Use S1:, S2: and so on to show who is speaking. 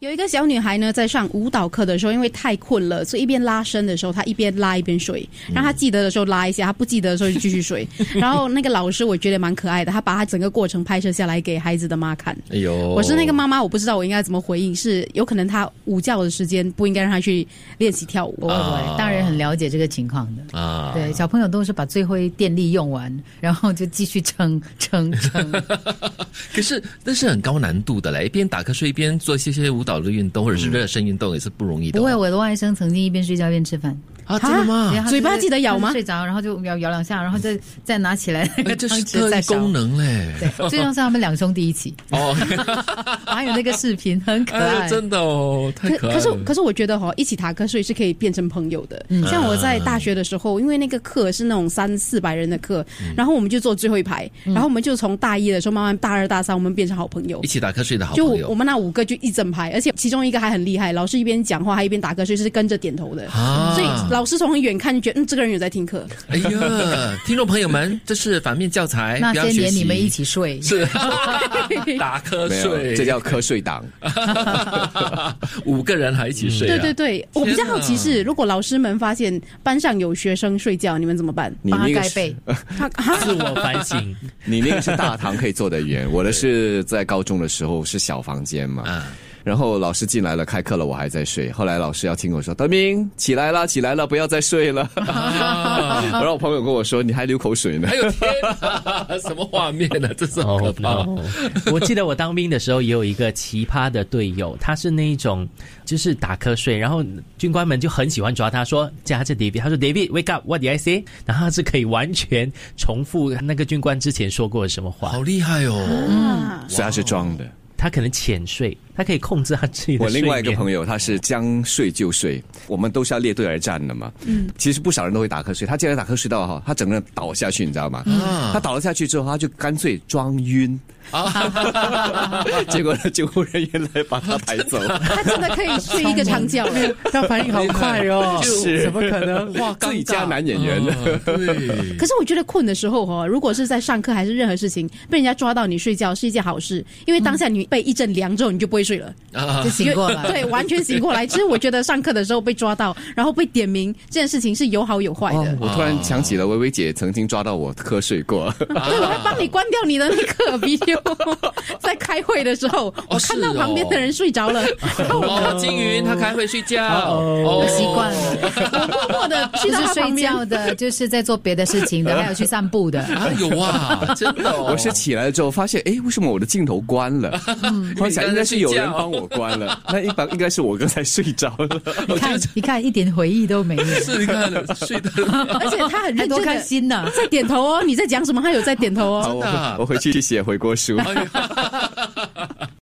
S1: 有一个小女孩呢，在上舞蹈课的时候，因为太困了，所以一边拉伸的时候，她一边拉一边睡。然后她记得的时候拉一下，她不记得的时候就继续睡。然后那个老师我觉得蛮可爱的，他把他整个过程拍摄下来给孩子的妈看。
S2: 哎呦，
S1: 我是那个妈妈，我不知道我应该怎么回应，是有可能她午觉的时间不应该让她去练习跳舞。
S2: 啊
S1: 哦
S2: 哦
S3: 我大人很了解这个情况的。
S2: 啊，
S3: 对，小朋友都是把最后一电力用完， 然后就继续撑 撑 撑。
S2: 可是那是很高难度的嘞，一边打瞌睡一边做一些些舞蹈的运动或者是热身运动也是不容易的哦。
S3: 不会，哎我的外甥曾经一边睡觉一边吃饭，
S2: 啊，真的吗
S3: 对？他
S1: 嘴
S3: 就是
S1: 巴记得咬吗
S3: 他就睡着，然后就摇摇两下，然后再再拿起来那
S2: 哎，
S3: 个
S2: 这
S3: 汤
S2: 是
S3: 匙
S2: 特
S3: 再
S2: 异
S3: 勺。
S2: 功能嘞。
S3: 对，最终是他们两兄弟 一起，
S2: 哦，
S3: 我还有那个视频很可
S2: 哎
S3: 爱。
S2: 呦真的哦，太
S1: 可
S2: 可爱
S1: 可是
S2: 了。
S1: 可是我觉得哈、一起打瞌睡是可以变成朋友的。
S2: 嗯
S1: 像我在大学的时候，因为那个课是那种三四百人的课，
S2: 嗯
S1: 然后我们就坐最后一排，然后我们就从大一的时候慢慢大二大三，我们变成好朋友
S2: 一。起打瞌睡的好
S1: 就
S2: 朋
S1: 我
S2: 友
S1: 们那五个就一整排，而且其中一个还很厉害，老师一边讲话还一边打瞌睡，是跟着点头的。
S2: 啊
S1: 所以老师从很远看就觉得，嗯，这个人有在听课。
S2: 哎呀，听众朋友们，这是反面教材，
S3: 那
S2: 哎不要
S3: 些
S2: 学
S3: 年
S2: 习
S3: 你们一起睡，
S2: 是打瞌
S4: 没有，
S2: 睡，
S4: 这叫瞌睡党。
S2: 五个人还一起睡、啊，
S1: 对对对，我比较好奇是，如果老师们发现班上有学生睡觉，你们怎么办？
S4: 你
S3: 帮他
S4: 那个
S3: 盖
S4: 是
S3: 被，
S1: 他哈
S5: 自我反省，
S4: 你那个是大堂可以坐得远，我的是在高中的时候是小房间嘛。
S2: 啊，
S4: 然后老师进来了，开课了，我还在睡。后来老师要听我说：“德明，起来啦，起来了，不要再 睡了。然后我朋友跟我说：“你还流口水呢
S2: 哎。呦啊天哪，什么画面呢、这是好可
S5: 哦
S2: 怕。
S5: no 我记得我当兵的时候也有一个奇葩的队友，他是那一种就是打瞌睡，然后军官们就很喜欢抓他，说叫他是 David，他说 David wake up，what did I say？然后他是可以完全重复那个军官之前说过的什么话
S2: 好，厉害哦！
S1: 啊”
S4: 所以他是装的。
S5: 他可能浅睡，他可以控制他自己的
S4: 我
S5: 睡眠。
S4: 另外一个朋友他是将睡就睡，我们都是要列队而战的嘛。嗯，其实不少人都会打瞌睡，他竟然打瞌睡到哈，他整个人倒下去，你知道
S2: 嗯
S4: 吗？
S2: 啊
S5: 嗯
S4: 他倒了下去之后，他就干脆装晕啊， 结果呢，救护人员来把他抬走。
S1: 他真的可以睡一个长 觉了。
S5: 他反应好快 哦，
S4: 是
S5: 怎么可能？哇，
S4: 自己家
S5: 尴尬嗯
S4: 男演员。
S2: 啊对，
S1: 可是我觉得困的时候哦，如果是在上课还是任何事情，被人家抓到你睡觉是一件好事，因为当下你被一阵凉之后，你就不会睡了，
S2: 啊
S3: 就醒过来。
S1: 对，完全醒过来。其实我觉得上课的时候被抓到，然后被点名这件事情是有好有坏的。
S4: 哦，我突然想起了薇薇姐曾经抓到我瞌睡过，
S1: 对，我还帮你关掉你的那个 video，在开会的时候，我看到
S2: 是哦
S1: 旁边的人睡着了，然后
S2: 哦，金云他开会睡觉，
S5: 哦
S2: 哦
S3: 我习惯 了，
S1: 我默默的去
S3: 就
S1: 到他
S3: 是
S1: 旁
S3: 睡
S1: 边。
S3: 觉的，就是在做别的事情的，还有去散步的。
S2: 啊，有啊，真的哦，
S4: 我是起来了之后发现，哎，为什么我的镜头关了？
S5: 嗯
S4: 我想应该是有人帮我关了，那一般应该是我刚才睡着 了。
S3: 你看，你看，一点回忆都没有，
S2: 是你看睡 得
S1: 而且他很
S3: 还
S1: 认
S3: 多
S1: 真
S3: 开
S1: 的
S3: 心呐！
S1: 在点头哦，你在讲什么？他有在点头哦。
S4: 好，我
S2: 真的啊
S4: 回我回去写回锅书。
S2: 哎呀